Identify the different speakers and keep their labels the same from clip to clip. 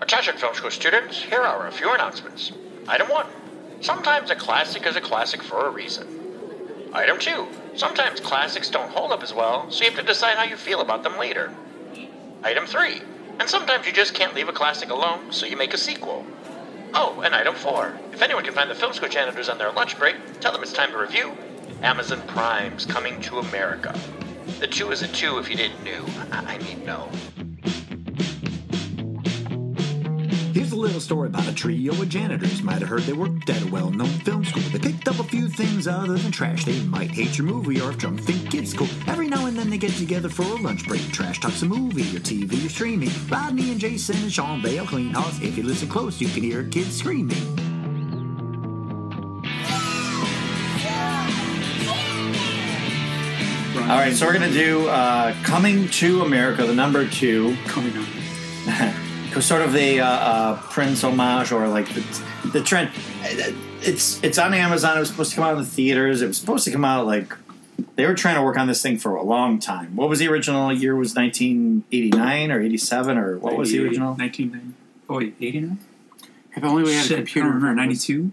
Speaker 1: Attention, film school students, here are a few announcements. Item 1. Sometimes a classic is a classic for a reason. Item 2. Sometimes classics don't hold up as well, so you have to decide how you feel about them later. Item 3. And sometimes you just can't leave a classic alone, so you make a sequel. Oh, and item 4. If anyone can find the film school janitors on their lunch break, tell them it's time to review Amazon Prime's Coming to America. The 2 is a 2 if you didn't know. I I mean, no.
Speaker 2: Here's a little story about a trio of janitors. Might have heard they worked at a well known film school. They picked up a few things other than trash. They might hate your movie or if drunk think it's cool. Every now and then they get together for a lunch break. Trash talks a movie or TV or streaming. Rodney and Jason and Sean Bale clean house. If you listen close, you can hear kids screaming.
Speaker 3: All right, so we're gonna do uh, "Coming to America," the number two,
Speaker 4: coming up.
Speaker 3: sort of the uh, uh, Prince homage or like the, the trend. It's it's on Amazon. It was supposed to come out in the theaters. It was supposed to come out like they were trying to work on this thing for a long time. What was the original year? Was nineteen eighty nine or eighty seven or what was the
Speaker 4: 88,
Speaker 3: original?
Speaker 4: 1990. Oh, wait, 89?
Speaker 5: If only we had
Speaker 4: Shit,
Speaker 5: a computer.
Speaker 4: I don't remember, 92?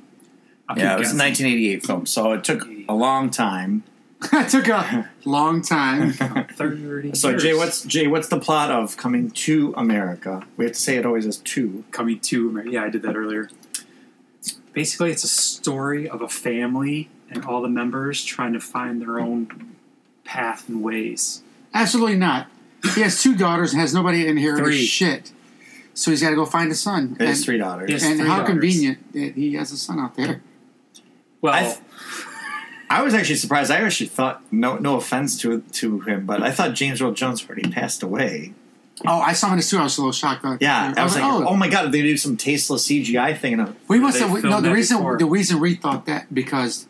Speaker 4: I'll
Speaker 3: Yeah, it
Speaker 4: keep
Speaker 3: was a
Speaker 4: guessing.
Speaker 3: nineteen eighty eight film. So it took a long time.
Speaker 5: that took a long time.
Speaker 4: 30
Speaker 3: So Jay,
Speaker 4: years.
Speaker 3: what's Jay? What's the plot of Coming to America? We have to say it always as two.
Speaker 4: coming to America. Yeah, I did that earlier. Basically, it's a story of a family and all the members trying to find their own path and ways.
Speaker 5: Absolutely not. He has two daughters and has nobody to inherit
Speaker 4: Three.
Speaker 5: his shit. So he's got to go find a son.
Speaker 3: It
Speaker 5: and
Speaker 3: is three daughters.
Speaker 4: Yes.
Speaker 5: and
Speaker 4: Three
Speaker 5: how
Speaker 4: daughters.
Speaker 5: convenient that he has a son out there.
Speaker 4: Well,
Speaker 3: I th- I was actually surprised. I actually thought no no offense to to him, but I thought James Earl Jones already passed away.
Speaker 5: Oh, I saw him in the suit. I was a little shocked. Uh,
Speaker 3: Yeah, I was like, oh,
Speaker 5: oh,
Speaker 3: my god, they do some tasteless CGI thing. And I'm-
Speaker 5: we must
Speaker 4: they
Speaker 5: have. No,
Speaker 4: filmed
Speaker 5: the
Speaker 4: that
Speaker 5: reason
Speaker 4: before.
Speaker 5: the reason we thought that because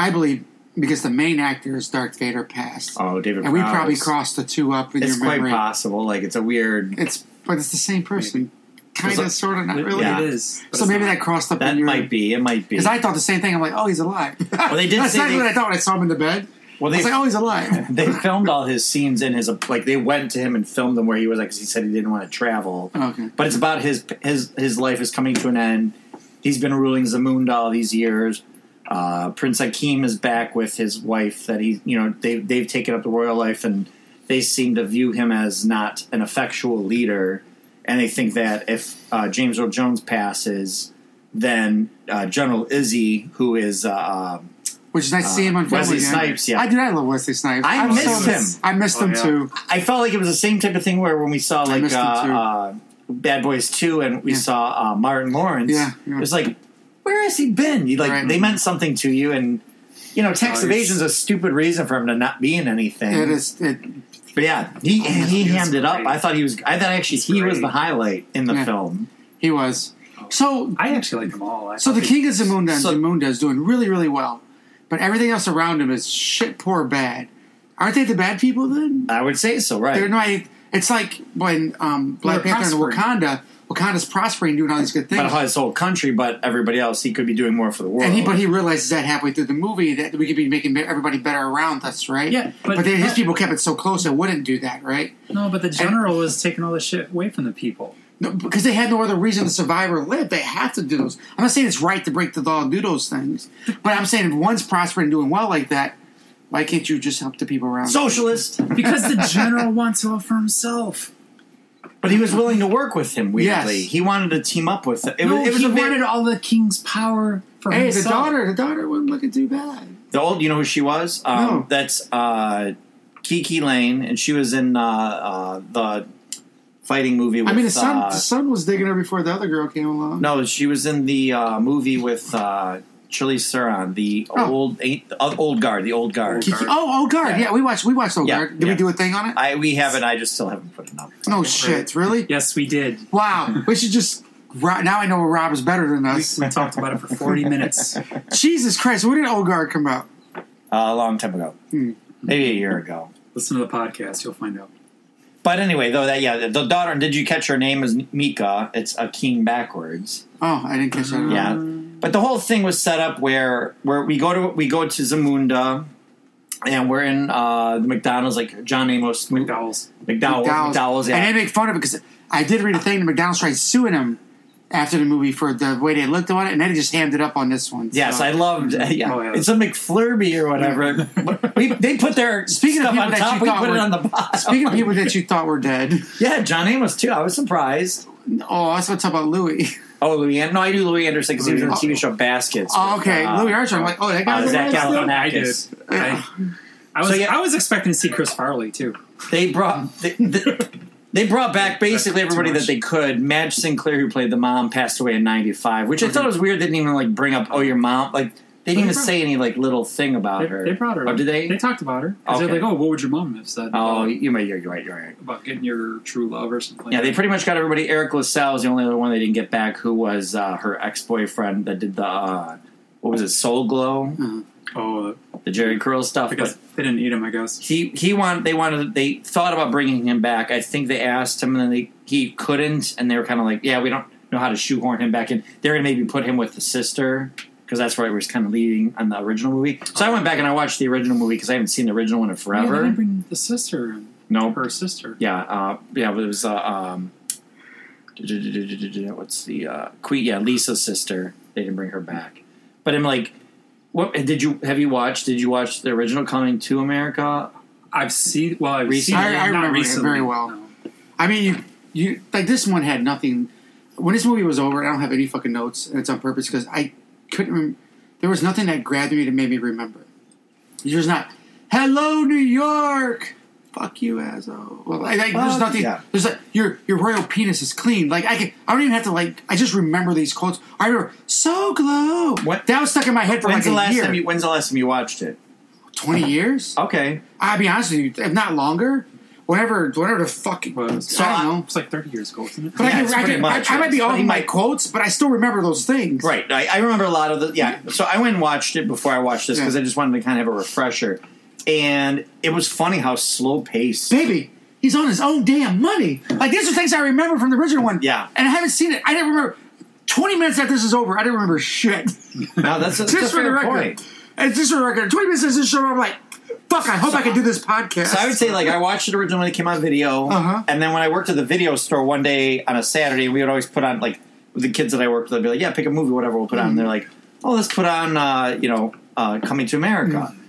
Speaker 5: I believe because the main actor is Darth Vader passed,
Speaker 3: oh, David,
Speaker 5: and we probably
Speaker 3: Prowse.
Speaker 5: crossed the two up in
Speaker 3: It's
Speaker 5: your
Speaker 3: quite
Speaker 5: memory.
Speaker 3: possible. Like it's a weird.
Speaker 5: It's but it's the same person, kind
Speaker 3: It's
Speaker 5: of, sort of, not
Speaker 4: it,
Speaker 5: really.
Speaker 3: yeah.
Speaker 4: it is. but
Speaker 5: So
Speaker 4: it's
Speaker 5: maybe
Speaker 4: not.
Speaker 5: that crossed up
Speaker 3: That
Speaker 5: in your
Speaker 3: might be. It might be.
Speaker 5: Because I thought the same thing. I'm like, oh, he's alive. Well,
Speaker 3: they did
Speaker 5: That's
Speaker 3: say
Speaker 5: exactly
Speaker 3: they-
Speaker 5: what I thought when I saw him in the bed.
Speaker 3: well,
Speaker 5: I
Speaker 3: they
Speaker 5: was like, oh, he's alive.
Speaker 3: they filmed all his scenes in his like they went to him and filmed them where he was like 'cause he said he didn't want to travel.
Speaker 5: Oh, Okay.
Speaker 3: But it's about his his his life is coming to an end. He's been ruling Zamunda all these years. Uh, Prince Hakim is back with his wife that he you know they they've taken up the royal life and they seem to view him as not an effectual leader and they think that if uh, James Earl Jones passes then uh, General Izzy who is uh, uh,
Speaker 5: Which is nice to see him on
Speaker 3: Wesley
Speaker 5: Family Guy.
Speaker 3: Snipes, yeah.
Speaker 5: I did. I love Wesley Snipes.
Speaker 3: I
Speaker 5: I'm
Speaker 3: miss
Speaker 5: so-
Speaker 3: him.
Speaker 5: I missed
Speaker 4: Oh,
Speaker 5: him
Speaker 4: yeah.
Speaker 5: too.
Speaker 3: I felt like it was the same type of thing where when we saw like uh,
Speaker 5: missed him, too.
Speaker 3: uh, Bad Boys Two and we
Speaker 5: Yeah.
Speaker 3: saw uh, Martin Lawrence,
Speaker 5: Yeah, yeah.
Speaker 3: it was like, where has he been? You like
Speaker 5: Right.
Speaker 3: they meant something to you, and you know tax
Speaker 4: Oh, he's-
Speaker 3: evasion is a stupid reason for him to not be in anything.
Speaker 5: It is. Oh, It,
Speaker 3: but yeah, he he
Speaker 4: he's
Speaker 3: hammed it up.
Speaker 4: great.
Speaker 3: I thought he was. I thought actually he was
Speaker 4: great.
Speaker 3: the highlight in the
Speaker 5: Yeah.
Speaker 3: film.
Speaker 5: he was. So,
Speaker 4: I actually like them all. I
Speaker 5: so the
Speaker 4: thought
Speaker 5: King of Zamunda and
Speaker 3: So-
Speaker 5: Zamunda is doing really, really well, but everything else around him is shit, poor, bad. Aren't they the bad people then?
Speaker 3: I would say so, right?
Speaker 5: They're not. It's like when um, Black
Speaker 4: They're
Speaker 5: Panther
Speaker 4: prospering.
Speaker 5: and Wakanda. Wakanda's prospering, doing all these good things.
Speaker 3: but his whole country, but everybody else, he could be doing more for the world.
Speaker 5: And he, but he realizes that halfway through the movie that we could be making be- everybody better around us, right?
Speaker 4: Yeah,
Speaker 5: But,
Speaker 4: but-
Speaker 5: then his
Speaker 4: but-
Speaker 5: people kept it so close, it wouldn't do that, right?
Speaker 4: no, but the general was taking all the shit away from the people.
Speaker 5: No, because they had no other reason to survive or live. They have to do those. I'm not saying it's right to break the law and do those things, but I'm saying if one's prospering and doing well like that, why can't you just help the people around? you?
Speaker 3: socialist,
Speaker 4: Because the general wants all for himself.
Speaker 3: but he was willing to work with him. Weirdly,
Speaker 5: Yes.
Speaker 3: he wanted to team up with. It,
Speaker 4: No,
Speaker 3: was, it was
Speaker 4: he
Speaker 3: a very-
Speaker 4: wanted all the king's power for
Speaker 5: hey, the
Speaker 4: himself.
Speaker 5: daughter, the daughter wasn't looking too bad.
Speaker 3: The old, you know who she was? Um,
Speaker 5: No.
Speaker 3: That's uh, Kiki Lane, and she was in uh, uh, the fighting movie. With,
Speaker 5: I mean, the son,
Speaker 3: uh,
Speaker 5: the son was digging her before the other girl came along.
Speaker 3: no, she was in the uh, movie with uh, Charlize Theron, the
Speaker 5: Oh.
Speaker 3: old eight, uh, old guard, the old guard.
Speaker 4: Kiki-
Speaker 5: Oh, oh, guard. Yeah.
Speaker 3: Yeah.
Speaker 5: we watched. We watched. Oh,
Speaker 3: Yeah,
Speaker 5: guard. Did
Speaker 3: yeah.
Speaker 5: we do a thing on it?
Speaker 3: I we haven't. I just still haven't put it up.
Speaker 5: no shit. Really?
Speaker 4: Yes, we did.
Speaker 5: Wow, we should just. Rob, now I know Rob is better than us.
Speaker 4: We talked about it for 40 minutes.
Speaker 5: Jesus Christ, when did Olgar come out?
Speaker 3: Uh, a long time ago,
Speaker 5: Hmm.
Speaker 3: maybe a year ago.
Speaker 4: Listen to the podcast, you'll find out.
Speaker 3: But anyway, though that yeah, the daughter. Did you catch her name? Is Mika? It's a king backwards.
Speaker 5: Oh, I didn't catch that. at all.
Speaker 3: Yeah,
Speaker 5: Um,
Speaker 3: but the whole thing was set up where where we go to we go to Zamunda, and we're in uh, the McDonald's like John Amos McDowell's
Speaker 4: McDowell's.
Speaker 3: McDowell's, McDowell's, yeah.
Speaker 5: And they make fun of it because I did read a thing that McDonald's tried suing him after the movie for the way they looked on it, and then they just hammed it up on this one.
Speaker 3: Yes,
Speaker 5: so.
Speaker 3: I loved. yeah.
Speaker 4: Oh, yeah.
Speaker 3: it's a McFlurby or whatever. we, they put their
Speaker 5: Speaking of
Speaker 3: stuff
Speaker 5: people
Speaker 3: on
Speaker 5: that
Speaker 3: top.
Speaker 5: you
Speaker 3: We
Speaker 5: thought
Speaker 3: put it
Speaker 5: were-
Speaker 3: on the bottom.
Speaker 5: Speaking of people that you thought were dead,
Speaker 3: yeah, John Amos too. I was surprised.
Speaker 5: oh, that's what's about Louis.
Speaker 3: Oh, Louis. An- No, I knew Louis Anderson because he was in the TV show Baskets.
Speaker 5: Oh, okay,
Speaker 3: Uh,
Speaker 5: Louis Armstrong. I'm like, oh, that guy
Speaker 3: uh,
Speaker 5: was
Speaker 3: Zach
Speaker 5: alive still?
Speaker 3: Galifianakis.
Speaker 4: I did. I, I was
Speaker 3: So, yeah.
Speaker 4: I was expecting to see Chris Farley too.
Speaker 3: They brought they, they, they brought back basically
Speaker 4: That's too
Speaker 3: everybody that
Speaker 4: much.
Speaker 3: they could. Madge Sinclair, who played the mom, passed away in '95, which I thought was weird. They didn't even like bring up oh your mom. Like they
Speaker 4: Mm-hmm. They
Speaker 3: didn't even
Speaker 4: brought-
Speaker 3: say any like little thing about
Speaker 4: They,
Speaker 3: her.
Speaker 4: they brought her.
Speaker 3: Oh,
Speaker 4: up.
Speaker 3: did they?
Speaker 4: They talked about her. 'Cause
Speaker 3: Okay.
Speaker 4: They're like, oh, what would your mom have said?
Speaker 3: oh,
Speaker 4: about,
Speaker 3: you might. You're right. You're right.
Speaker 4: about getting your true love or something.
Speaker 3: Yeah, they pretty much got everybody. Eric LaSalle was the only other one they didn't get back, who was uh, her ex boyfriend that did the uh, what was it, Soul Glow,
Speaker 4: Oh,
Speaker 3: the Jerry Curl stuff.
Speaker 4: because
Speaker 3: But
Speaker 4: they didn't need him, I guess.
Speaker 3: he he wanted they wanted they thought about bringing him back. I think they asked him and then they, he couldn't, and they were kind of like, yeah, we don't know how to shoehorn him back in. They're gonna maybe put him with the sister. Because that's where it was kind of leading on the original movie. So I went back and I watched the original movie because I haven't seen the original one in
Speaker 4: Yeah, they didn't
Speaker 3: forever.
Speaker 4: bring the sister, in.
Speaker 3: No,
Speaker 4: her sister.
Speaker 3: yeah, uh, yeah, but it was uh, um, what's the uh, Queen? Yeah, Lisa's sister. They didn't bring her back, but I'm like, what did you have you watched? Did you watch the original Coming to America?
Speaker 4: I've seen. Well, I've
Speaker 3: Recently?
Speaker 4: seen.
Speaker 5: I- I
Speaker 4: it, not
Speaker 5: remember it
Speaker 4: recently,
Speaker 5: very well.
Speaker 4: no.
Speaker 5: I mean, you, you like this one had nothing. When this movie was over, I don't have any fucking notes, and it's on purpose because I couldn't. Rem- there was nothing that grabbed me to made me remember. There's not, "Hello, New York." Fuck you, asshole. Well, like, like, there's
Speaker 3: Fuck
Speaker 5: nothing.
Speaker 3: yeah.
Speaker 5: There's like your your royal penis is clean. Like I can, I don't even have to like. I just remember these quotes. I remember so glow.
Speaker 3: What-
Speaker 5: that was stuck in my head for
Speaker 3: When's
Speaker 5: like
Speaker 3: the
Speaker 5: a
Speaker 3: last
Speaker 5: year.
Speaker 3: time? You, Oh. when's the last time you watched it?
Speaker 5: Twenty years.
Speaker 3: Okay,
Speaker 5: I'll be honest with you, if not longer. Whenever, whenever the fucking.
Speaker 4: Well, it's-
Speaker 5: I don't know.
Speaker 4: It's like thirty years ago, isn't it?
Speaker 5: But
Speaker 3: Yeah,
Speaker 5: I,
Speaker 3: it's
Speaker 5: can, I,
Speaker 3: pretty
Speaker 5: can,
Speaker 3: much,
Speaker 5: I, I might be
Speaker 3: it's
Speaker 5: off
Speaker 3: pretty
Speaker 5: my
Speaker 3: much.
Speaker 5: quotes, but I still remember those things.
Speaker 3: right. I, I remember a lot of the yeah. So I went and watched it before I watched this because
Speaker 5: Mm-hmm. Yeah.
Speaker 3: I just wanted to kind of have a refresher, and it was funny how slow paced.
Speaker 5: Baby, he's on his own damn money. Like, these are things I remember from the original one.
Speaker 3: Yeah.
Speaker 5: And I haven't seen it. I didn't remember. 20 minutes after this is over, I didn't remember shit.
Speaker 3: Now that's, that's
Speaker 5: Just
Speaker 3: a
Speaker 5: for the
Speaker 3: fair
Speaker 5: record.
Speaker 3: point.
Speaker 5: And just for the record, 20 minutes after this show, I'm like, fuck, I hope I can do this podcast.
Speaker 3: So I would say, like, I watched it originally when it came on video,
Speaker 5: Uh-huh.
Speaker 3: and then when I worked at the video store one day on a Saturday, we would always put on like the kids that I worked with. I'd be like, "Yeah, pick a movie, whatever, we'll put
Speaker 5: Mm-hmm.
Speaker 3: on." And they're like, "Oh, let's put on, uh, you know, uh, Coming to America,"
Speaker 5: Mm-hmm.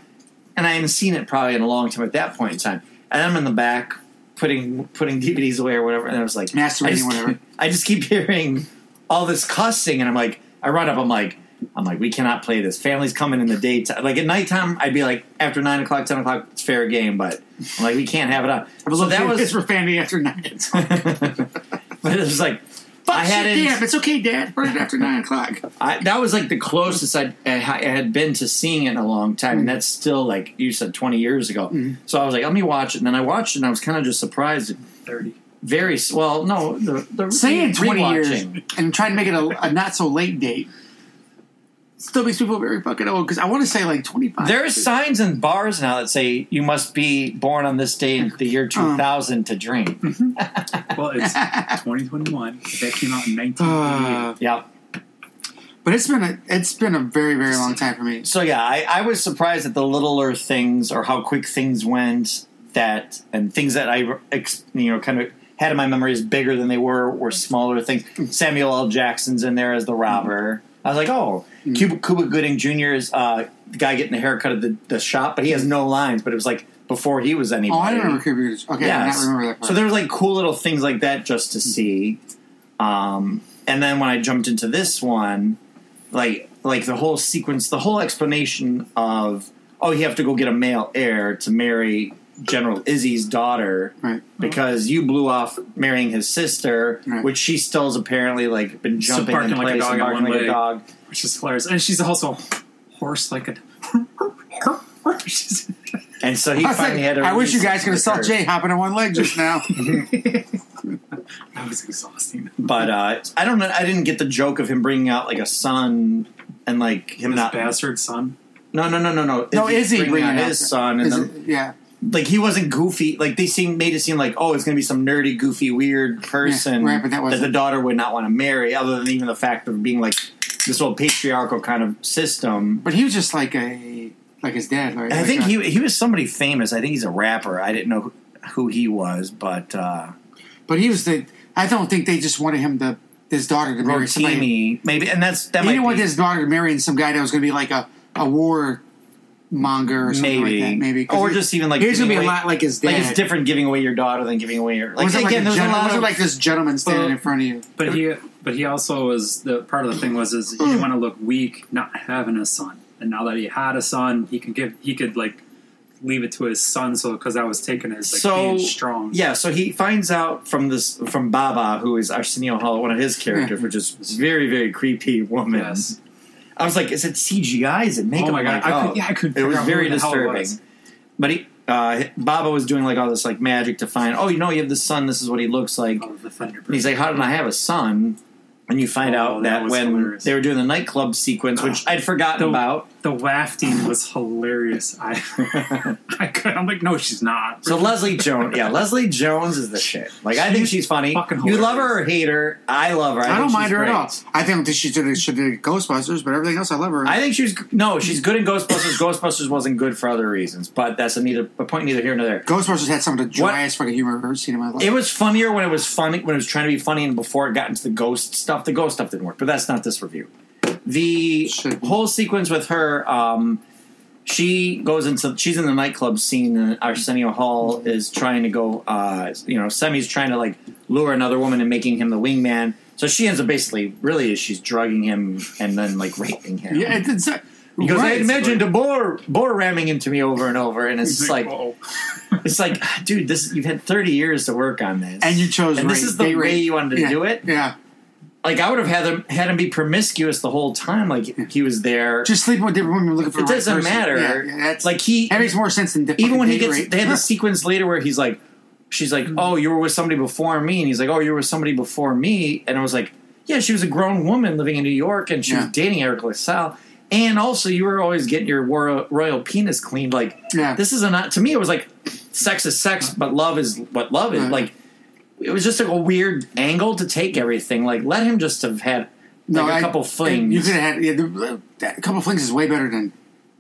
Speaker 3: and I hadn't seen it probably in a long time at that point in time. And I'm in the back putting putting DVDs away or whatever, and I was like,
Speaker 5: Masturbating,
Speaker 3: I just,
Speaker 5: whatever.
Speaker 3: I just keep hearing all this cussing, and I'm like, I run up, I'm like. I'm like, we cannot play this. Family's coming in the daytime. Like at nighttime, I'd be like, after nine o'clock, ten o'clock, it's fair game, but I'm like, we can't have it on. So that
Speaker 5: It's
Speaker 3: was,
Speaker 5: for family after nine. It's
Speaker 3: but it was like,
Speaker 5: fuck
Speaker 3: I had
Speaker 5: shit,
Speaker 3: it.
Speaker 5: damn, it's okay, Dad. Burn it after nine o'clock.
Speaker 3: I, that was like the closest I'd, I I had been to seeing it in a long time,
Speaker 5: Mm.
Speaker 3: and that's still like you said, twenty years ago.
Speaker 5: Mm-hmm.
Speaker 3: So I was like, let me watch it, and then I watched it, and I was kind of just surprised.
Speaker 4: Thirty.
Speaker 3: Very s- well, no, the, the
Speaker 5: Saying 20 years
Speaker 3: rewatching.
Speaker 5: and trying to make it a, a not so late date still makes people very fucking old because I want to say like 25.
Speaker 3: There are signs in bars now that say you must be born on this day in the
Speaker 5: Um,
Speaker 3: year 2000 to drink.
Speaker 5: hmm.
Speaker 4: Well, it's 2021. That came out in 1988.
Speaker 5: Uh,
Speaker 3: yeah.
Speaker 5: but it's been a it's been a very very long time for me.
Speaker 3: So yeah, I, I was surprised at the littler things or how quick things went. That and things that I ex- you know kind of had in my memory as bigger than they were were smaller things.
Speaker 5: Hmm.
Speaker 3: Samuel L. Jackson's in there as the robber. I was like, oh, Cuba, Cuba Gooding Jr. is uh, the guy getting the haircut at the, the shop, but he has no lines. But it was like before he was anybody.
Speaker 5: Hmm. Oh, I don't remember Kirby. Goodrich. Okay, I
Speaker 3: Yes.
Speaker 5: do not remember that part.
Speaker 3: So there was like cool little things like that just to see. Um, and then when I jumped into this one, like like the whole sequence, the whole explanation of oh, you have to go get a male heir to marry General Izzy's daughter
Speaker 5: right.
Speaker 3: because you blew off marrying his sister,
Speaker 5: Right.
Speaker 3: which she still's apparently like been
Speaker 4: So
Speaker 3: jumping in
Speaker 4: barking like a
Speaker 3: place
Speaker 4: dog
Speaker 3: and
Speaker 4: at
Speaker 3: barking
Speaker 4: one
Speaker 3: like a
Speaker 4: leg.
Speaker 3: dog.
Speaker 4: which is hilarious. And she's also horse like a. She's-
Speaker 3: And so he
Speaker 5: I, was
Speaker 3: finally
Speaker 5: like,
Speaker 3: had. A
Speaker 5: I wish you
Speaker 3: reason
Speaker 5: guys could have
Speaker 3: with
Speaker 5: saw
Speaker 3: her.
Speaker 5: Jay hopping on one leg just now.
Speaker 4: that was exhausting.
Speaker 3: But uh, I don't know. I didn't get the joke of him bringing out like a son and like him
Speaker 4: His
Speaker 3: not
Speaker 4: bastard son.
Speaker 3: No, no, no, no, no.
Speaker 5: no, is he
Speaker 3: bringing out
Speaker 5: it
Speaker 3: his
Speaker 5: up?
Speaker 3: son? And
Speaker 5: Is
Speaker 3: then,
Speaker 5: it- yeah,
Speaker 3: like he wasn't goofy. Like they seemed made it seem like oh, it's going to be some nerdy, goofy, weird person
Speaker 5: right, but
Speaker 3: that
Speaker 5: that
Speaker 3: the
Speaker 5: wasn't-
Speaker 3: daughter would not want to marry. Other than even the fact of being like this whole patriarchal kind of system.
Speaker 5: but he was just like a like his dad. Right?
Speaker 3: I
Speaker 5: Like
Speaker 3: think
Speaker 5: a-
Speaker 3: he he was somebody famous. I think he's a rapper. I didn't know who- who he was, but uh,
Speaker 5: But he was the. I don't think they just wanted him to his daughter to marry somebody. He
Speaker 3: Rotimi, maybe, and that's that might
Speaker 5: didn't want
Speaker 3: be-
Speaker 5: his daughter marrying some guy that was going to be like a, a war monger or something
Speaker 3: maybe,
Speaker 5: like that. Maybe 'Cause
Speaker 3: or
Speaker 5: he-
Speaker 3: just even like
Speaker 5: he's going to
Speaker 3: giving
Speaker 5: be a
Speaker 3: away-
Speaker 5: lot like his dad.
Speaker 3: Like it's different giving away your daughter than giving away your like
Speaker 5: was it like,
Speaker 3: again.
Speaker 5: a
Speaker 3: there's
Speaker 5: gen-
Speaker 3: a lot
Speaker 5: was
Speaker 3: of
Speaker 5: it like this gentleman standing
Speaker 4: Well,
Speaker 5: in front of you?
Speaker 4: But he, but he also was the part of the thing was is he didn't want to look weak not having a son, and now that he had a son, he could give he could like leave it to his son, so because that was taken as like
Speaker 3: so
Speaker 4: being strong.
Speaker 3: Yeah, so he finds out from this from Baba, who is Arsenio Hall, one of his characters, which is very very creepy woman.
Speaker 4: Hmm. Yes.
Speaker 3: I was like, is it CGI? Is it makeup?
Speaker 4: Oh my god!
Speaker 3: Like,
Speaker 4: I
Speaker 3: oh.
Speaker 4: could, yeah, I could.
Speaker 3: it
Speaker 4: figure
Speaker 3: was
Speaker 4: out
Speaker 3: very
Speaker 4: who the hell it
Speaker 3: disturbing.
Speaker 4: was.
Speaker 3: But he, uh, Baba was doing like all this like magic to find. Oh, you know, you have the son. This is what he looks like.
Speaker 4: Oh, the Thunderbird.
Speaker 3: And he's like, how did I have a son? And you find
Speaker 4: Oh,
Speaker 3: out
Speaker 4: that
Speaker 3: that,
Speaker 4: was
Speaker 3: when
Speaker 4: hilarious. Ah.
Speaker 3: they were doing the nightclub sequence, which I'd forgotten
Speaker 4: The-
Speaker 3: about.
Speaker 4: the wafting was hilarious. I, I could, I'm like, no, she's not.
Speaker 3: So Leslie Jones, yeah, Leslie Jones is the shit. Like I think
Speaker 4: She's
Speaker 3: she's funny.
Speaker 4: fucking
Speaker 3: You love her or
Speaker 4: hilarious.
Speaker 3: hate her. I love her. I,
Speaker 5: I,
Speaker 3: think
Speaker 5: don't mind
Speaker 3: she's
Speaker 5: her
Speaker 3: great.
Speaker 5: at all. I think that she should have should have did Ghostbusters, but everything else I love her. in.
Speaker 3: I think she's no, she's good in Ghostbusters. Ghostbusters wasn't good for other reasons, but that's a neither a point neither here nor there.
Speaker 5: Ghostbusters had some of the driest fucking humor I've ever seen in my life.
Speaker 3: It was funnier when it was funny when it was trying to be funny, and before it got into the ghost stuff, the ghost stuff didn't work. But that's not this review. The
Speaker 5: Should be.
Speaker 3: whole sequence with her, um, she goes into she's in the nightclub scene, and Arsenio Hall is trying to go. Uh, you know, Semi's trying to like lure another woman and making him the wingman. So she ends up basically, really, is she's drugging him and then like raping him.
Speaker 5: yeah, it, it's
Speaker 3: Because I
Speaker 5: right.
Speaker 3: imagined a boar boar ramming into me over and over, and it's just like
Speaker 4: oh,
Speaker 3: it's like, dude, this you've had thirty years to work on this,
Speaker 5: and you chose
Speaker 3: and this
Speaker 5: rape,
Speaker 3: is the
Speaker 5: gay
Speaker 3: way
Speaker 5: rape.
Speaker 3: you wanted to
Speaker 5: Yeah,
Speaker 3: do it.
Speaker 5: Yeah,
Speaker 3: Like I would have had him had him be promiscuous the whole time, like he was there.
Speaker 5: just sleeping with different women looking for.
Speaker 3: it
Speaker 5: the right
Speaker 3: doesn't
Speaker 5: person.
Speaker 3: matter.
Speaker 5: Yeah, yeah, that's,
Speaker 3: like he,
Speaker 5: that makes more sense than the
Speaker 3: even when he
Speaker 5: fucking
Speaker 3: gets,
Speaker 5: gay rape.
Speaker 3: they had the sequence later where he's like, she's like,
Speaker 5: Hmm.
Speaker 3: oh, you were with somebody before me, and he's like, oh, you were with somebody before me, and I was like, yeah, she was a grown woman living in New York, and she
Speaker 5: Yeah.
Speaker 3: was dating Eric LaSalle. And also, you were always getting your royal, royal penis cleaned. Like
Speaker 5: Yeah.
Speaker 3: this is a not to me. It was like sex is sex, but love is what love is.
Speaker 5: Right.
Speaker 3: Like it was just like a weird angle to take everything. Like let him just have had like a
Speaker 5: I-
Speaker 3: couple flings.
Speaker 5: You could have had yeah, the, that, a couple flings is way better than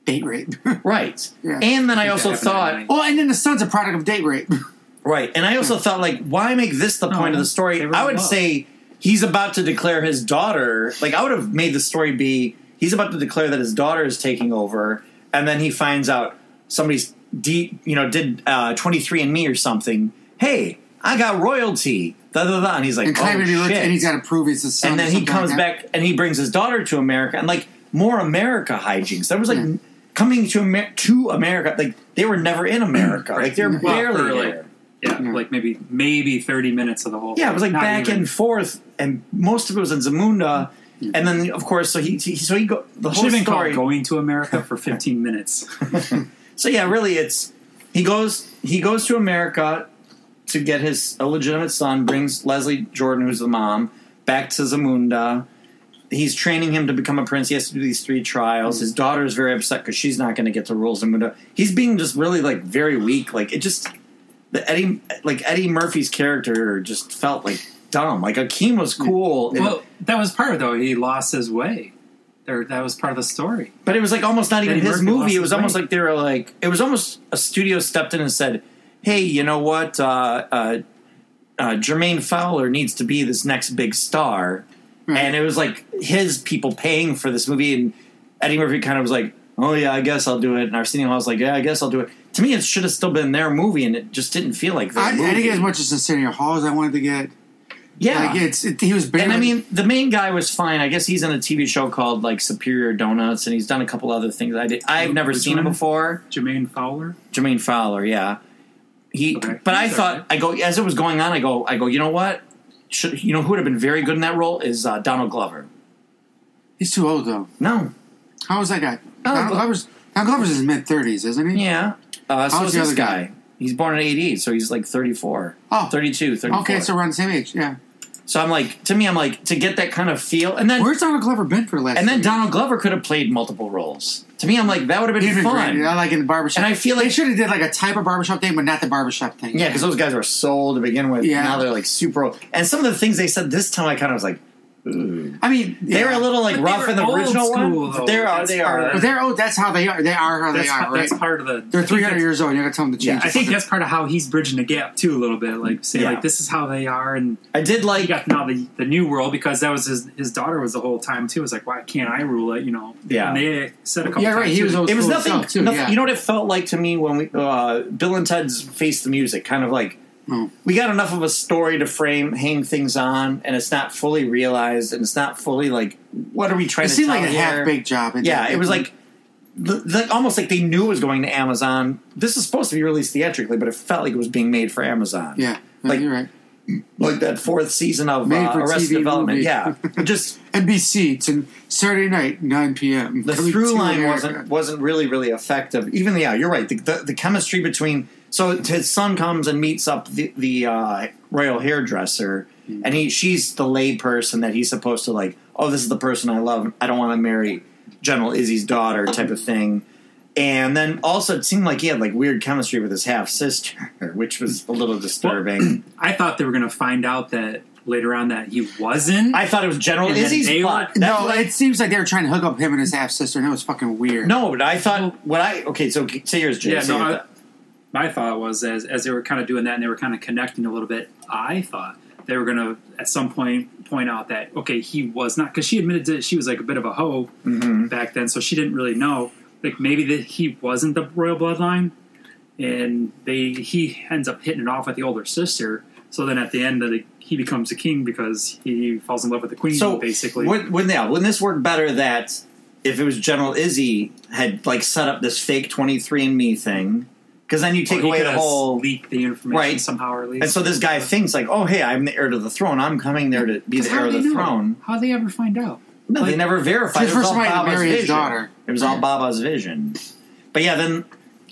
Speaker 5: date rape.
Speaker 3: Right.
Speaker 5: Yeah.
Speaker 3: And then I also
Speaker 4: happened that
Speaker 3: thought,
Speaker 4: night.
Speaker 5: oh, and then the son's a product of date rape.
Speaker 3: right. And I also thought, like, why make this the point of the story?
Speaker 4: Hmm. they were
Speaker 3: I would
Speaker 4: in love.
Speaker 3: say he's about to declare his daughter. Like, I would have made the story be he's about to declare that his daughter is taking over, and then he finds out somebody's, de- you know, did uh, 23andMe or something. Hey, I got royalty. Da, da, da. And he's like,
Speaker 5: and
Speaker 3: oh,
Speaker 5: claiming to be rich,
Speaker 3: shit.
Speaker 5: and he's got to prove he's the son.
Speaker 3: and
Speaker 5: or
Speaker 3: then he
Speaker 5: something
Speaker 3: comes
Speaker 5: like that.
Speaker 3: back and he brings his daughter to America and like more America hijinks. There was like coming to Amer- to America, like they were never in America, like they're
Speaker 4: Well,
Speaker 3: barely
Speaker 4: early.
Speaker 3: there.
Speaker 4: yeah, like maybe maybe thirty minutes of the whole.
Speaker 3: Yeah, it was like
Speaker 4: not
Speaker 3: back
Speaker 4: even.
Speaker 3: and forth, and most of it was in Zamunda, and then of course, so he, he so he go the
Speaker 4: Should
Speaker 3: whole
Speaker 4: have been
Speaker 3: story.
Speaker 4: called "Going to America" for 15 minutes.
Speaker 3: So yeah, really, it's he goes he goes to America to get his illegitimate son, brings Leslie Jordan, who's the mom, back to Zamunda. He's training him to become a prince. He has to do these three trials. His
Speaker 4: Mm.
Speaker 3: daughter is very upset because she's not going to get to rule Zamunda. He's being just really like very weak. Like it just the Eddie like Eddie Murphy's character just felt like dumb. Like Akeem was cool, and-
Speaker 4: Well, that was part of though. He lost his way. There, that was part of the story.
Speaker 3: But it was like almost not even
Speaker 4: Eddie
Speaker 3: his
Speaker 4: Murphy lost
Speaker 3: movie. It
Speaker 4: his
Speaker 3: was almost
Speaker 4: weight.
Speaker 3: like they were like it was almost a studio stepped in and said, "Hey, you know what? Uh, uh, uh, Jermaine Fowler needs to be this next big star," and it was like his people paying for this movie. And Eddie Murphy kind of was like, "Oh yeah, I guess I'll do it." And Arsenio Hall was like, "Yeah, I guess I'll do it." To me, it should have still been their movie, and it just didn't feel like their
Speaker 5: I, I
Speaker 3: movie.
Speaker 5: didn't get as much as Arsenio Hall as I wanted to get.
Speaker 3: yeah,
Speaker 5: Like it's it, he was barely.
Speaker 3: And I mean, the main guy was fine. I guess he's in a TV show called like Superior Donuts, and he's done a couple other things. I did. I've never
Speaker 4: Which
Speaker 3: seen him
Speaker 4: one?
Speaker 3: before.
Speaker 4: Jermaine Fowler.
Speaker 3: Jermaine Fowler, yeah. He,
Speaker 4: Okay.
Speaker 3: but I
Speaker 4: He's
Speaker 3: thought
Speaker 4: alright.
Speaker 3: I go as it was going on. I go, I go. You know what? Should, you know who would have been very good in that role is uh, Donald Glover.
Speaker 5: he's too old though.
Speaker 3: No,
Speaker 5: How was that guy?
Speaker 3: Oh,
Speaker 5: Donald
Speaker 3: but-
Speaker 5: Glover's Donald Glover's in his mid thirties, isn't he?
Speaker 3: yeah. Uh, so
Speaker 5: How's
Speaker 3: is
Speaker 5: the
Speaker 3: this
Speaker 5: other
Speaker 3: guy.
Speaker 5: guy?
Speaker 3: He's born in eighty, so he's like 34,
Speaker 5: Oh.
Speaker 3: 32, 34.
Speaker 5: Okay, so around the same age. Yeah.
Speaker 3: so I'm like, to me, I'm like to get that kind of feel, and then
Speaker 5: Where's Donald Glover been for the last?
Speaker 3: and then
Speaker 5: few years?
Speaker 3: Donald Glover could have played multiple roles. To me, I'm like that would have been
Speaker 5: He's been
Speaker 3: fun.
Speaker 5: great. I like in the barbershop.
Speaker 3: And I feel like-
Speaker 5: they should have did like a type of barbershop thing, but not the barbershop thing.
Speaker 3: Yeah, because those guys were sold to begin with.
Speaker 5: Yeah.
Speaker 3: Now they're like super old. And some of the things they said this time, I kind of was like,
Speaker 5: I mean,
Speaker 3: They were a little like
Speaker 4: But they
Speaker 3: rough
Speaker 4: were
Speaker 3: in the
Speaker 4: old
Speaker 3: original
Speaker 4: school,
Speaker 3: one.
Speaker 4: though.
Speaker 3: There are
Speaker 4: That's
Speaker 3: they
Speaker 4: part
Speaker 3: are.
Speaker 4: of
Speaker 5: But they're oh, that's how they are. They are how
Speaker 4: That's,
Speaker 5: they are.
Speaker 4: pa- that's
Speaker 5: right?
Speaker 4: part of the.
Speaker 5: They're
Speaker 4: I think
Speaker 5: three hundred
Speaker 4: that's-
Speaker 5: years old. You're gonna tell them to
Speaker 3: Yeah,
Speaker 5: change.
Speaker 4: I
Speaker 5: it.
Speaker 4: think that's part of how he's bridging the gap too, a little bit. Like say,
Speaker 3: Yeah.
Speaker 4: like this is how they are, and
Speaker 3: I did
Speaker 4: he
Speaker 3: like
Speaker 4: got now the the new world because that was his his daughter was the whole time too. It was like, why can't I rule it? You know?
Speaker 3: Yeah.
Speaker 4: And they said a couple.
Speaker 5: Yeah,
Speaker 4: times
Speaker 5: right, he
Speaker 4: too.
Speaker 5: was old
Speaker 3: it was
Speaker 5: school
Speaker 3: nothing.
Speaker 5: itself, too,
Speaker 3: nothing-
Speaker 5: yeah.
Speaker 3: You know what it felt like to me when we uh, Bill and Ted's Face the Music, kind of like
Speaker 5: Mm.
Speaker 3: we got enough of a story to frame hang things on, and it's not fully realized, and it's not fully like what are we trying
Speaker 5: it
Speaker 3: to
Speaker 5: seemed like
Speaker 3: tell
Speaker 5: a
Speaker 3: here?
Speaker 5: half baked job. and-
Speaker 3: Yeah, it was like the, the, almost like they knew it was going to Amazon. This is supposed to be released theatrically, but it felt like it was being made for Amazon.
Speaker 5: yeah, yeah,
Speaker 3: like-
Speaker 5: you're right.
Speaker 3: like that fourth season of
Speaker 5: Made
Speaker 3: uh,
Speaker 5: for
Speaker 3: Arrested
Speaker 5: TV
Speaker 3: Development.
Speaker 5: movie.
Speaker 3: Yeah, just
Speaker 5: NBC. It's in Saturday night, nine p.m.
Speaker 3: the
Speaker 5: Coming
Speaker 3: through
Speaker 5: to
Speaker 3: line
Speaker 5: America.
Speaker 3: wasn't wasn't really really effective. Even yeah, you're right. The, the, the chemistry between so his son comes and meets up the the uh, royal hairdresser, and he she's the lay person that he's supposed to like. Oh, this is the person I love. I don't want to marry General Izzy's daughter, type of thing. And then also, it seemed like he had like weird chemistry with his half sister, which was a little disturbing.
Speaker 4: I thought they were going to find out that later on that he wasn't.
Speaker 3: I thought it was General
Speaker 4: And then
Speaker 3: Izzy's
Speaker 4: they were-
Speaker 3: plot. That's
Speaker 5: No,
Speaker 3: what I
Speaker 5: it seems like they were trying to hook up him and his half sister, and it was fucking weird.
Speaker 3: No, but I thought what I okay. So say yours, Jay.
Speaker 4: yeah,
Speaker 3: Say
Speaker 4: no. I,
Speaker 3: yours.
Speaker 4: my thought was as as they were kind of doing that and they were kind of connecting a little bit. I thought they were going to at some point point out that okay, he was not because she admitted that she was like a bit of a hoe
Speaker 3: Mm-hmm.
Speaker 4: back then, so she didn't really know. Like maybe that he wasn't the royal bloodline, and they he ends up hitting it off with the older sister. So then at the end, that he becomes a king because he falls in love with the queen.
Speaker 3: so
Speaker 4: basically,
Speaker 3: would, would yeah, wouldn't this work better that if it was General Izzy had like set up this fake twenty three and Me thing? Because then you
Speaker 4: Or
Speaker 3: take
Speaker 4: he
Speaker 3: away the
Speaker 4: could've
Speaker 3: whole.
Speaker 4: leaked the information
Speaker 3: Right.
Speaker 4: somehow, or at least.
Speaker 3: And so this guy thinks like, oh hey, I'm the heir to the throne. I'm coming there to be the
Speaker 4: How
Speaker 3: heir
Speaker 4: do
Speaker 3: of the
Speaker 4: they know?
Speaker 3: throne.
Speaker 4: How do they ever find out?
Speaker 3: No, they
Speaker 4: Like-
Speaker 3: never verified.
Speaker 5: It's
Speaker 3: It
Speaker 5: the
Speaker 3: was
Speaker 5: first
Speaker 3: all
Speaker 5: time he
Speaker 3: Baba's
Speaker 5: married his
Speaker 3: vision.
Speaker 5: daughter.
Speaker 3: It was all
Speaker 5: Right.
Speaker 3: Baba's vision. But yeah, then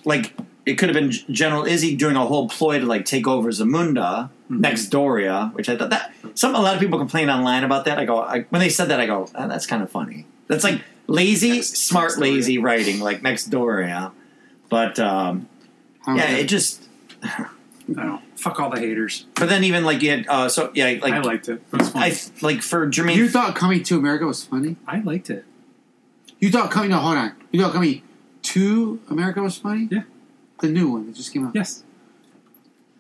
Speaker 3: like it could have been General Izzy doing a whole ploy to like take over Zamunda
Speaker 5: Mm-hmm.
Speaker 3: next Doria, which I thought that some a lot of people complain online about that. I go I, when they said that, I go "Ah, that's kind of funny. That's like lazy,
Speaker 4: Next-
Speaker 3: smart,
Speaker 4: next Doria.
Speaker 3: lazy writing like next Doria. But um,
Speaker 5: I don't
Speaker 3: yeah,
Speaker 5: know.
Speaker 3: it just.
Speaker 4: I don't know. Fuck all the haters.
Speaker 3: But then even like you had uh, so yeah like
Speaker 4: I liked it. It was fun.
Speaker 3: I- like for Jermaine
Speaker 5: you thought coming to America was funny.
Speaker 4: I liked it.
Speaker 5: You thought coming? No, hold on. You thought coming to America was funny?
Speaker 4: Yeah.
Speaker 5: the new one that just came out.
Speaker 4: Yes.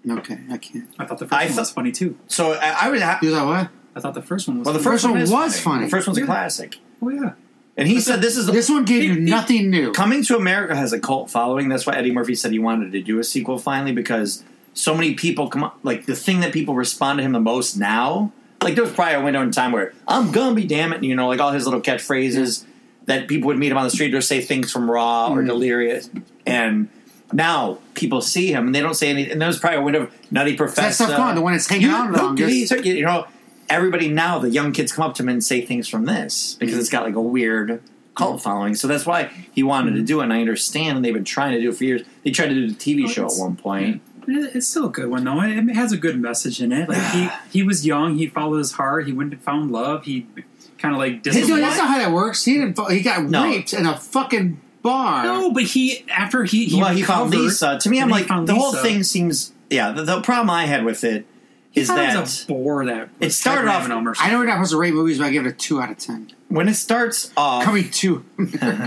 Speaker 5: Okay, I can't.
Speaker 4: I thought the first
Speaker 3: I
Speaker 4: one was funny too.
Speaker 3: so I, I would ha-
Speaker 5: You thought what?
Speaker 4: I thought the first one was
Speaker 3: well the
Speaker 4: funny.
Speaker 3: first one
Speaker 5: one
Speaker 3: is
Speaker 5: was funny.
Speaker 3: The first one's a
Speaker 4: Yeah.
Speaker 3: classic.
Speaker 4: Oh, yeah.
Speaker 3: And he said this is
Speaker 5: This one gave you nothing new.
Speaker 3: Coming to America has a cult following. That's why Eddie Murphy said he wanted to do a sequel finally because so many people come up like the thing that people respond to him the most now. Like there was probably a window in time where I'm Gumby, damn it, and, you know, like all his little catchphrases that people would meet him on the street or say things from Raw
Speaker 5: Mm-hmm.
Speaker 3: or Delirious, and now people see him and they don't say anything. And there was probably a window of Nutty Professor.
Speaker 5: That stuff gone. The one that's hanging
Speaker 3: You-
Speaker 5: out
Speaker 3: look,
Speaker 5: longest.
Speaker 3: these are- you know, everybody now, the young kids come up to him and say things from this because it's got like a weird cult following. So that's why he wanted
Speaker 4: Mm-hmm.
Speaker 3: to do it. And I understand, and they've been trying to do it for years. They tried to do the TV
Speaker 4: Oh,
Speaker 3: show at
Speaker 4: it's-
Speaker 3: one point.
Speaker 4: It- It's still a good one, though. It it has a good message in it. Like, he, he was young. He followed his heart. He went and found love. He kind of like
Speaker 5: Hey, dude,
Speaker 4: disappointed.
Speaker 5: that's not how that works. He didn't. He got
Speaker 3: No.
Speaker 5: raped in a fucking bar.
Speaker 4: No, but he, after he, he
Speaker 3: well, he found
Speaker 4: recovered,
Speaker 3: Lisa. To me, I'm
Speaker 4: and he
Speaker 3: like, the
Speaker 4: found
Speaker 3: whole
Speaker 4: Lisa.
Speaker 3: thing seems, yeah, the, the problem I had with it
Speaker 4: He
Speaker 3: is
Speaker 4: thought
Speaker 3: that.
Speaker 4: it was a bore that
Speaker 3: It started off-
Speaker 5: I know we're not supposed to rate movies, but I give it a two out of ten.
Speaker 3: when it starts off,
Speaker 5: Coming to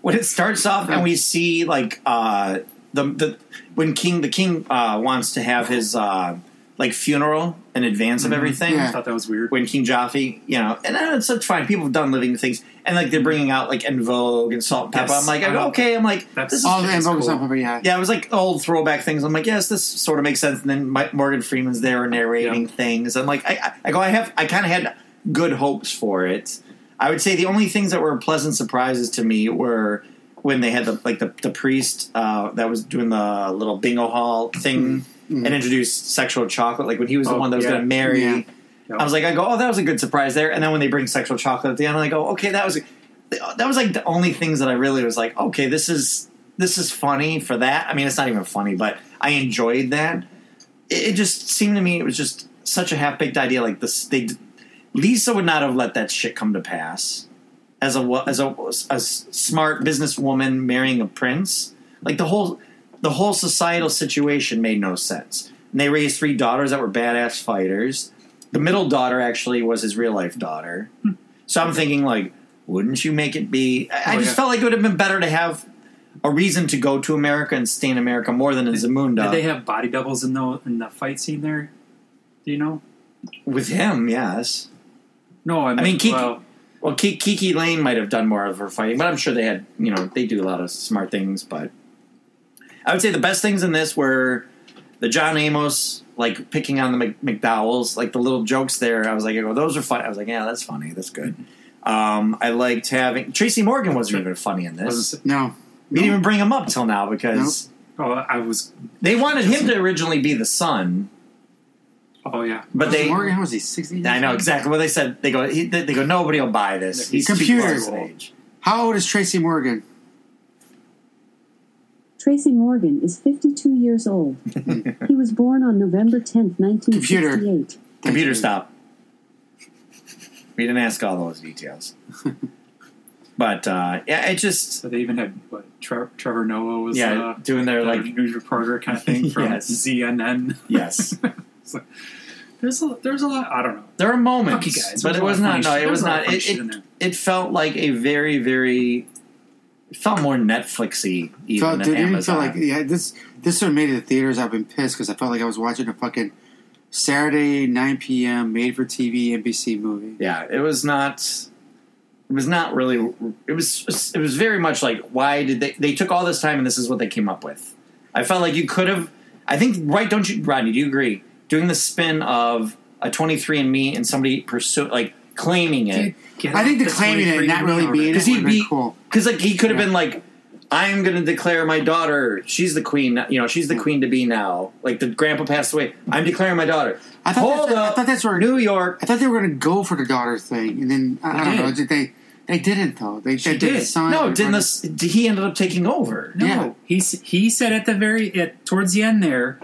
Speaker 3: when it starts off and we see like uh the the when king the king uh wants to have his uh like funeral in advance
Speaker 4: Mm-hmm.
Speaker 3: of everything
Speaker 5: yeah.
Speaker 4: I thought that was weird.
Speaker 3: when King Joffy, you know, and uh, it's, it's fine. People have done living things, and like they're bringing out like En Vogue and Salt and Pepper.
Speaker 4: Yes.
Speaker 3: I'm like,
Speaker 4: I love
Speaker 3: okay, I'm like,
Speaker 4: That's-
Speaker 3: this is
Speaker 5: all the
Speaker 4: It's
Speaker 5: and focus
Speaker 4: cool.
Speaker 5: on Pepper, yeah.
Speaker 3: yeah, it was like old throwback things. I'm like, yes, this sort of makes sense. And then Mike Morgan Freeman's there narrating things. I'm like, I, I, I go, I have, I kind of had good hopes for it. I would say the only things that were pleasant surprises to me were when they had the like the, the priest uh, that was doing the little bingo hall thing and introduced sexual chocolate. Like when he was the
Speaker 4: Mm-hmm. Oh,
Speaker 3: one that was
Speaker 4: yeah.
Speaker 3: going to marry.
Speaker 5: Yeah.
Speaker 3: I was like, I go, oh, that was a good surprise there. And then when they bring sexual chocolate at the end, I go, okay, that was that was like the only things that I really was like, okay, this is this is funny for that. I mean, it's not even funny, but I enjoyed that. It, it just seemed to me it was just such a half baked idea. Like this, they Lisa would not have let that shit come to pass as a wo- as a, a s- smart businesswoman marrying a prince. Like the whole the whole societal situation made no sense. And they raised three daughters that were badass fighters. the middle daughter actually was his real life daughter. So I'm thinking like, wouldn't you make it be? I, I
Speaker 5: Oh,
Speaker 3: just
Speaker 5: yeah.
Speaker 3: felt like it would have been better to have a reason to go to America and stay in America more than in
Speaker 4: Did
Speaker 3: Zamunda.
Speaker 4: they have body doubles in the in the fight scene there? Do you know?
Speaker 3: With him, yes.
Speaker 4: No, I mean,
Speaker 3: mean, Kiki-
Speaker 4: well,
Speaker 3: Well, Ki- Kiki Lane might have done more of her fighting, but I'm sure they had, you know, they do a lot of smart things. But I would say the best things in this were the John Amos, like picking on the Mc- McDowells, like the little jokes there. I was like, oh, those are fun. I was like, yeah, that's funny. That's good. Um, I liked having Tracy Morgan wasn't even funny in this.
Speaker 4: was-
Speaker 5: No.
Speaker 3: We didn't even bring him up till now because
Speaker 4: oh, I was.
Speaker 3: they wanted him to originally be the son,
Speaker 4: Oh yeah,
Speaker 3: but they.
Speaker 5: Morgan, how was he? 60?
Speaker 3: I know exactly what they said. They go. He, they they go. Nobody will buy this. He's too
Speaker 5: Computer.
Speaker 3: close in age.
Speaker 5: How old is Tracy Morgan?
Speaker 6: Tracy Morgan is 52 years old. he was born on November 10, 1968.
Speaker 3: Computer
Speaker 5: you.
Speaker 3: stop. We didn't ask all those details. but uh, yeah, it just
Speaker 4: so they even had what, Tre- Trevor Noah was
Speaker 3: yeah,
Speaker 4: uh,
Speaker 3: doing their
Speaker 4: their,
Speaker 3: like
Speaker 4: like news reporter kind of thing from
Speaker 3: Yes.
Speaker 4: CNN.
Speaker 3: yes.
Speaker 4: There's a there's a lot. I don't know.
Speaker 3: There are moments,
Speaker 4: Fuck you guys.
Speaker 3: but
Speaker 4: There's
Speaker 3: it
Speaker 4: a lot
Speaker 3: was
Speaker 4: of
Speaker 3: not.
Speaker 4: funny
Speaker 3: No,
Speaker 4: shit.
Speaker 3: it
Speaker 4: There's
Speaker 3: was
Speaker 4: a lot of
Speaker 3: not.
Speaker 4: funny
Speaker 3: It,
Speaker 4: shit in
Speaker 3: it,
Speaker 4: there.
Speaker 3: it felt like a very very. It felt more Netflixy even
Speaker 5: Felt,
Speaker 3: than
Speaker 5: dude, I didn't
Speaker 3: Amazon.
Speaker 5: feel like yeah. This this sort of made it to theaters. I've been pissed because I felt like I was watching a fucking Saturday 9 p.m. made for TV NBC movie.
Speaker 3: yeah, it was not. It was not really. It was. It was very much like why did they? They took all this time and this is what they came up with. I felt like you could have. I think right. Don't you, Rodney? Do you agree? Doing the spin of a twenty-three and Me and somebody pursue like claiming it
Speaker 5: Dude, I think the claiming it, not really being it,
Speaker 3: Because he'd
Speaker 5: would be
Speaker 3: be
Speaker 5: cool.
Speaker 3: Because like he could have
Speaker 5: Yeah.
Speaker 3: been like, I'm going to declare my daughter. She's the queen. You know, she's the queen to be now. Like the grandpa passed away. I'm declaring my daughter.
Speaker 5: I thought
Speaker 3: Hold
Speaker 5: that's- I
Speaker 3: up,
Speaker 5: thought that's where-
Speaker 3: New York.
Speaker 5: I thought they were going to go for the daughter thing, and then I, I
Speaker 3: They
Speaker 5: don't know.
Speaker 3: did.
Speaker 5: Did they? They didn't though. They, they did. the son
Speaker 3: No,
Speaker 5: and
Speaker 3: didn't
Speaker 5: run-
Speaker 3: this? He ended up taking over.
Speaker 4: No,
Speaker 5: Yeah.
Speaker 4: he s- he said at the very at towards the end there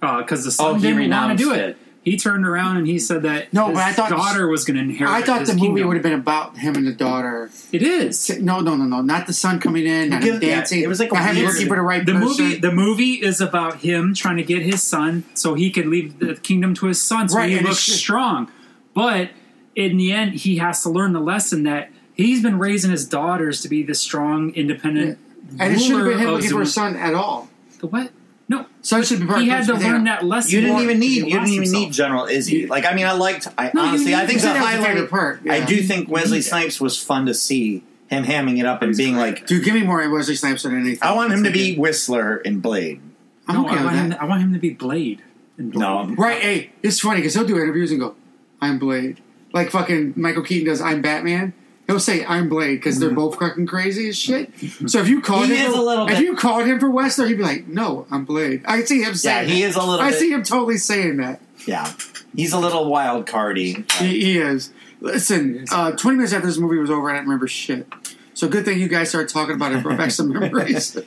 Speaker 4: because the
Speaker 3: Oh,
Speaker 4: son
Speaker 3: he
Speaker 4: didn't want
Speaker 3: renounced
Speaker 4: to do it.
Speaker 3: it.
Speaker 4: He turned around and he said that
Speaker 5: No,
Speaker 4: his
Speaker 5: but I thought-
Speaker 4: daughter was going to inherit.
Speaker 5: I thought
Speaker 4: his
Speaker 5: the movie
Speaker 4: kingdom.
Speaker 5: would have been about him and the daughter.
Speaker 4: It is.
Speaker 5: No, no, no, no. Not the son coming in, not him
Speaker 3: Give- yeah,
Speaker 5: dancing.
Speaker 3: it was like a
Speaker 5: not him
Speaker 3: weird-
Speaker 5: looking for the right oh,
Speaker 4: The
Speaker 5: person.
Speaker 4: movie, the movie is about him trying to get his son so he could leave the kingdom to his son, so
Speaker 5: Right,
Speaker 4: he
Speaker 5: and
Speaker 4: looks
Speaker 5: it's-
Speaker 4: strong. But in the end, he has to learn the lesson that he's been raising his daughters to be the strong, independent.
Speaker 5: and it shouldn't have been him
Speaker 4: ruler of
Speaker 5: looking for a
Speaker 4: Zulu-
Speaker 5: son at all.
Speaker 4: The what? No,
Speaker 5: Son should be part
Speaker 4: he
Speaker 5: of
Speaker 4: had to
Speaker 5: the
Speaker 4: learn that lesson.
Speaker 3: You didn't
Speaker 4: more
Speaker 3: even
Speaker 4: because
Speaker 3: need.
Speaker 4: he
Speaker 3: You didn't
Speaker 4: lost
Speaker 3: even
Speaker 4: himself.
Speaker 3: need General Izzy. Like I mean, I liked. I
Speaker 4: No, you
Speaker 3: honestly, I think
Speaker 5: you
Speaker 3: the
Speaker 5: said that was the
Speaker 3: highlight.
Speaker 5: favorite part,
Speaker 3: I
Speaker 5: yeah.
Speaker 3: do think Wesley
Speaker 4: need that.
Speaker 3: Snipes was fun to see him hamming it up and being like,
Speaker 5: Dude, give me more Wesley Snipes than anything.
Speaker 3: "I want him to be Whistler in Blade."
Speaker 5: I'm
Speaker 4: no,
Speaker 5: okay
Speaker 4: I
Speaker 5: with
Speaker 4: want
Speaker 5: that.
Speaker 4: him. I want him to be Blade. in Blade.
Speaker 3: No,
Speaker 5: Right, hey, it's funny because he'll do interviews and go, "I'm Blade," like fucking Michael Keaton does. I'm Batman. He'll say, "I'm Blade" because they're both fucking crazy as shit. So if you called
Speaker 3: Mm-hmm. He
Speaker 5: him,
Speaker 3: is
Speaker 5: for-
Speaker 3: a little
Speaker 5: if
Speaker 3: bit-
Speaker 5: you called him for Westler, he'd be like, "No, I'm Blade." I see him
Speaker 3: yeah,
Speaker 5: saying,
Speaker 3: he
Speaker 5: that.
Speaker 3: is a little.
Speaker 5: I
Speaker 3: bit-
Speaker 5: see him totally saying that.
Speaker 3: Yeah, he's a little wild cardy.
Speaker 5: He, he is. Listen, uh, twenty minutes after this movie was over, I didn't remember shit. So good thing you guys started talking about it and brought back some memories. Uh,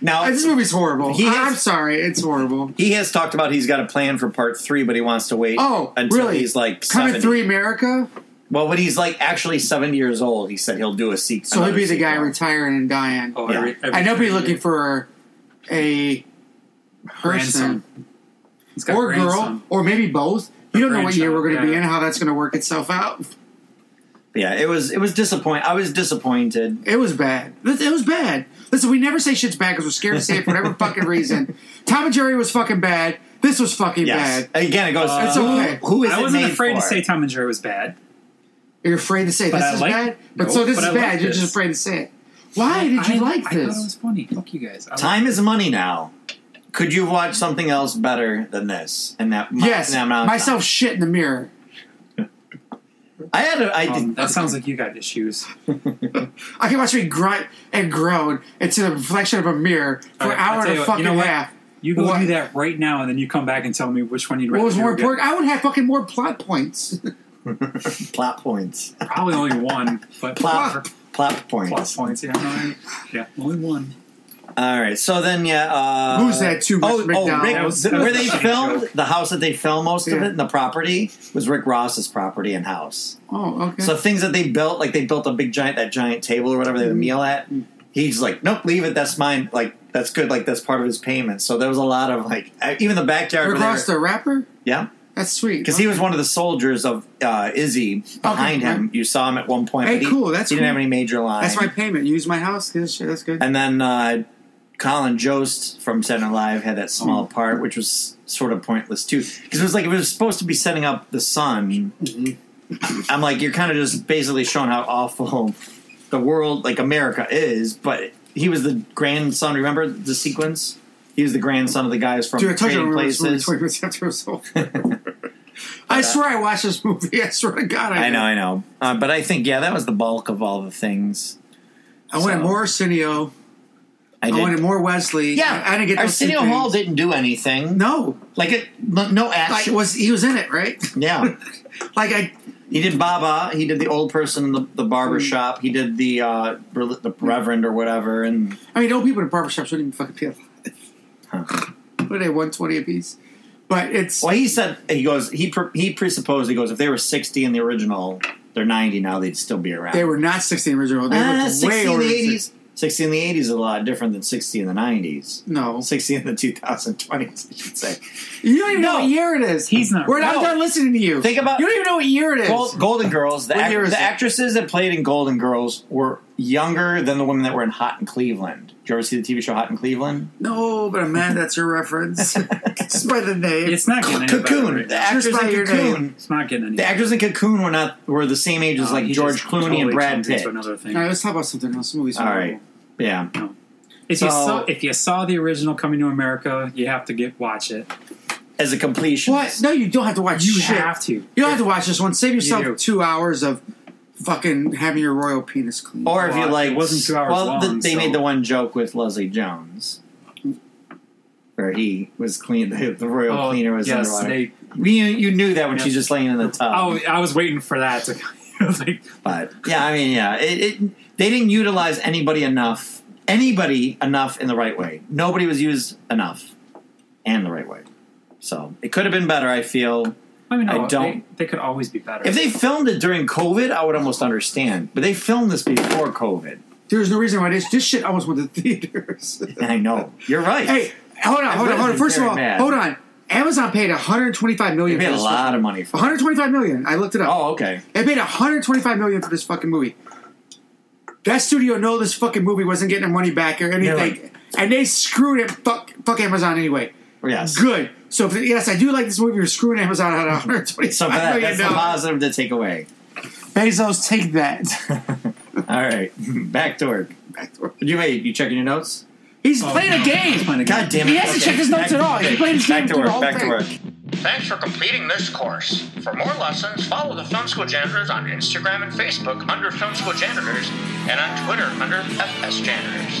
Speaker 3: Now
Speaker 5: this movie's horrible.
Speaker 3: He is-
Speaker 5: I'm sorry, it's horrible.
Speaker 3: he has talked about he's got a plan for part three, but he wants to wait.
Speaker 5: Oh,
Speaker 3: until
Speaker 5: really?
Speaker 3: he's like
Speaker 5: Coming
Speaker 3: 70.
Speaker 5: through America,
Speaker 3: Well, when he's like actually seventy years old, he said he'll do a sequel.
Speaker 5: so he'd be the guy
Speaker 3: sequel.
Speaker 5: retiring and dying.
Speaker 4: Oh,
Speaker 3: Yeah.
Speaker 4: every- every
Speaker 5: I know be
Speaker 4: time he
Speaker 5: looking
Speaker 4: did.
Speaker 5: for a person
Speaker 4: grandson. He's got
Speaker 5: or
Speaker 4: grandson.
Speaker 5: girl or maybe both. You don't know what year
Speaker 4: grandchild,
Speaker 5: we're going to be
Speaker 4: yeah.
Speaker 5: in, how that's going to work itself out.
Speaker 3: Yeah, it was it was disappoint. I was disappointed.
Speaker 5: It was bad. It it was bad. Listen, we never say shit's bad because we're scared to say it for whatever fucking reason. Tom and Jerry was fucking bad. This was fucking
Speaker 3: Yes,
Speaker 5: bad.
Speaker 3: again, it goes.
Speaker 5: It's
Speaker 3: who-
Speaker 5: okay.
Speaker 3: Who is
Speaker 4: I
Speaker 3: it
Speaker 4: wasn't
Speaker 3: made
Speaker 4: afraid to
Speaker 3: for?
Speaker 4: say Tom and Jerry was bad.
Speaker 5: You're afraid to say
Speaker 4: But
Speaker 5: this
Speaker 4: I
Speaker 5: is
Speaker 4: like-
Speaker 5: bad, but
Speaker 4: no,
Speaker 5: so this
Speaker 4: but I
Speaker 5: is bad.
Speaker 4: like
Speaker 5: You're just
Speaker 4: this.
Speaker 5: afraid to say it. Why did you
Speaker 4: I-
Speaker 5: like
Speaker 4: I
Speaker 5: this?
Speaker 4: thought it was funny. Fuck you guys. I
Speaker 3: Time is money now. Could you watch something else better than this? And that mu-
Speaker 5: yes,
Speaker 3: that amount of
Speaker 5: myself shit in the mirror.
Speaker 3: time? I had a, I
Speaker 4: Um,
Speaker 3: did,
Speaker 4: that sounds like you got issues.
Speaker 5: I can watch me grunt and groan into the reflection of a mirror for
Speaker 4: All
Speaker 5: an
Speaker 4: right, I'll
Speaker 5: hour
Speaker 4: tell
Speaker 5: and
Speaker 4: you what,
Speaker 5: a
Speaker 4: you
Speaker 5: fucking
Speaker 4: know what?
Speaker 5: half.
Speaker 4: You go
Speaker 5: What?
Speaker 4: do that right now, and then you come back and tell me which one you'd rather
Speaker 5: What was more
Speaker 4: do again.
Speaker 5: important? I would have fucking more plot points.
Speaker 3: plot points.
Speaker 4: Probably only one, but
Speaker 3: Plot plot points.
Speaker 4: plus points. Yeah, no, yeah, only one.
Speaker 3: All right, so then yeah, uh,
Speaker 5: Who's that too much
Speaker 3: Oh, oh
Speaker 5: McDonald's?
Speaker 3: Rick,
Speaker 4: That was-
Speaker 3: th-
Speaker 4: that
Speaker 3: where
Speaker 4: was
Speaker 3: they
Speaker 4: a shitty
Speaker 3: filmed
Speaker 4: joke.
Speaker 3: the house that they filmed most of
Speaker 5: Yeah.
Speaker 3: it, and the property was Rick Ross's property and house.
Speaker 5: Oh, okay.
Speaker 3: So things that they built, like they built a big giant that giant table or whatever they would
Speaker 5: Mm.
Speaker 3: meal at. He's like, nope, leave it. That's mine. Like that's good. Like that's part of his payment. So there was a lot of like, I- even the backyard.
Speaker 5: Rick
Speaker 3: where they
Speaker 5: Ross,
Speaker 3: were-
Speaker 5: the rapper?
Speaker 3: yeah,
Speaker 5: That's sweet.
Speaker 3: because he was one of the soldiers of uh, Izzy behind
Speaker 5: Okay,
Speaker 3: him.
Speaker 5: right.
Speaker 3: You saw him at one point.
Speaker 5: Hey,
Speaker 3: but he,
Speaker 5: cool, that's
Speaker 3: he didn't
Speaker 5: cool.
Speaker 3: have any major lines.
Speaker 5: That's my payment. Use my house. Good shit. That's good.
Speaker 3: And then uh, Colin Jost from Saturday Night Live had that small
Speaker 5: Mm.
Speaker 3: part, which was sort of pointless too, because it was like it was supposed to be setting up the sun.
Speaker 5: Mm-hmm.
Speaker 3: I'm like, you're kind of just basically showing how awful the world, like America, is. But he was the grandson. Remember the sequence? He was the grandson of the guys from
Speaker 5: Dude, I told you I
Speaker 3: Trading
Speaker 5: remember this movie
Speaker 3: Places. uh,
Speaker 5: twenty minutes after it was over. I swear I watched this movie. I swear to God, I,
Speaker 3: I know,
Speaker 5: did.
Speaker 3: I know. Uh, but I think, yeah, that was the bulk of all the things.
Speaker 5: I wanted
Speaker 3: So-
Speaker 5: more Arsenio.
Speaker 3: I,
Speaker 5: I,
Speaker 3: did.
Speaker 5: wanted more Wesley.
Speaker 3: Yeah,
Speaker 5: I, I didn't get those two
Speaker 3: Arsenio
Speaker 5: things.
Speaker 3: Hall didn't do anything.
Speaker 5: No,
Speaker 3: like it, no, no
Speaker 5: like
Speaker 3: action.
Speaker 5: was he was in it right?
Speaker 3: yeah,
Speaker 5: Like I
Speaker 3: he did Baba. He did the old person in the, the
Speaker 5: Hmm.
Speaker 3: barber shop. He did the uh, rel- the reverend or whatever. And
Speaker 5: I mean, old people in barbershops wouldn't even fucking be alive. What are they, 120 a piece? But it's.
Speaker 3: well, he said he goes. He pre- he presupposed he goes. If they were sixty in the original, they're ninety now. They'd still be around.
Speaker 5: They were not 16 original. They
Speaker 3: Ah,
Speaker 5: were way
Speaker 3: sixty in
Speaker 5: over
Speaker 3: the
Speaker 5: 60.
Speaker 3: eighties. Sixty in the eighties is a lot different than sixty in the nineties.
Speaker 5: No.
Speaker 3: Sixty in the two thousand twenties, I should say.
Speaker 5: You don't even know
Speaker 3: No.
Speaker 5: what year it is.
Speaker 4: He's not-
Speaker 5: We're not
Speaker 3: No.
Speaker 5: done listening to you.
Speaker 3: Think about-
Speaker 5: You don't even know what year it is.
Speaker 3: Gold, Golden Girls. The,
Speaker 5: What
Speaker 3: act-
Speaker 5: year is
Speaker 3: the
Speaker 5: it?
Speaker 3: actresses that played in Golden Girls were younger than the women that were in Hot in Cleveland. Did you ever see the TV show Hot in Cleveland?
Speaker 5: No, but I'm mad that's your reference. Just by the name.
Speaker 4: It's not getting any better
Speaker 3: Cocoon.
Speaker 4: right
Speaker 3: the
Speaker 4: now.
Speaker 3: actors in
Speaker 5: Just by your
Speaker 3: Cocoon.
Speaker 5: name.
Speaker 4: It's not getting any.
Speaker 3: The actors in Cocoon were not were the same age as
Speaker 4: Oh,
Speaker 3: like
Speaker 4: he
Speaker 3: George
Speaker 4: just
Speaker 3: Clooney and
Speaker 4: totally
Speaker 3: Brad
Speaker 4: jumped into
Speaker 3: Pitt.
Speaker 4: Another thing.
Speaker 5: All right, let's talk about something else. Movies
Speaker 3: All
Speaker 5: are
Speaker 3: right, yeah.
Speaker 4: No. If
Speaker 3: So-
Speaker 4: you saw if you saw the original Coming to America, you have to get watch it.
Speaker 3: As a completion,
Speaker 5: What? No, you don't have to
Speaker 3: Oh,
Speaker 5: watch
Speaker 4: You
Speaker 5: shit.
Speaker 4: have to.
Speaker 5: You don't have to watch this one. Save yourself
Speaker 4: do.
Speaker 5: two hours of fucking having your royal penis clean.
Speaker 3: Or if you
Speaker 4: Well,
Speaker 3: like,
Speaker 4: it wasn't two hours
Speaker 3: Well,
Speaker 4: long,
Speaker 3: they
Speaker 4: so-
Speaker 3: made the one joke with Leslie Jones, where he was clean. The, the royal
Speaker 4: Oh,
Speaker 3: cleaner was
Speaker 4: yes,
Speaker 3: underwater.
Speaker 4: they-
Speaker 3: you, you knew that when
Speaker 4: Yeah.
Speaker 3: she's just laying in the tub.
Speaker 4: Oh, I was waiting for that to. I was like,
Speaker 3: But yeah, I mean, yeah, it, it, they didn't utilize anybody enough, anybody enough in the right way. Nobody was used enough and the right way. So it could have been better. I feel
Speaker 4: I mean,
Speaker 3: I
Speaker 4: no,
Speaker 3: don't-
Speaker 4: They, they could always be better.
Speaker 3: if they filmed it during COVID, I would almost understand. But they filmed this before COVID.
Speaker 5: There's no reason why this this shit almost went to theaters.
Speaker 3: I know you're right.
Speaker 5: Hey, hold on, hold on, hold on. First of all,
Speaker 3: Mad.
Speaker 5: hold on. Amazon paid 125 million.
Speaker 3: they paid
Speaker 5: for
Speaker 3: a
Speaker 5: this
Speaker 3: lot of money
Speaker 5: fucking-
Speaker 3: for.
Speaker 5: 125 million. I looked it up.
Speaker 3: Oh, okay.
Speaker 5: They paid 125 million for this fucking movie. That studio know this fucking movie wasn't getting their money back or anything,
Speaker 3: right.
Speaker 5: and they screwed it. Fuck, fuck Amazon anyway.
Speaker 3: Yes.
Speaker 5: Good. So if, yes, I do like this movie. You're screwing Amazon at 125
Speaker 3: So that,
Speaker 5: million
Speaker 3: that's the
Speaker 5: dollars.
Speaker 3: positive to take away.
Speaker 5: Bezos, take that.
Speaker 3: All right, back to work. You wait. You checking your notes?
Speaker 5: He's
Speaker 4: Oh,
Speaker 5: playing
Speaker 4: no.
Speaker 5: a game.
Speaker 4: Playing a game.
Speaker 3: God damn it!
Speaker 5: He hasn't checked his
Speaker 3: back
Speaker 5: notes at all. He's playing his game
Speaker 3: Back to
Speaker 5: through
Speaker 3: work.
Speaker 5: the whole
Speaker 3: Back to
Speaker 5: thing.
Speaker 3: work.
Speaker 1: Thanks for completing this course. For more lessons, follow the Film School Janitors on Instagram and Facebook under Film School Janitors and on Twitter under FS Janitors.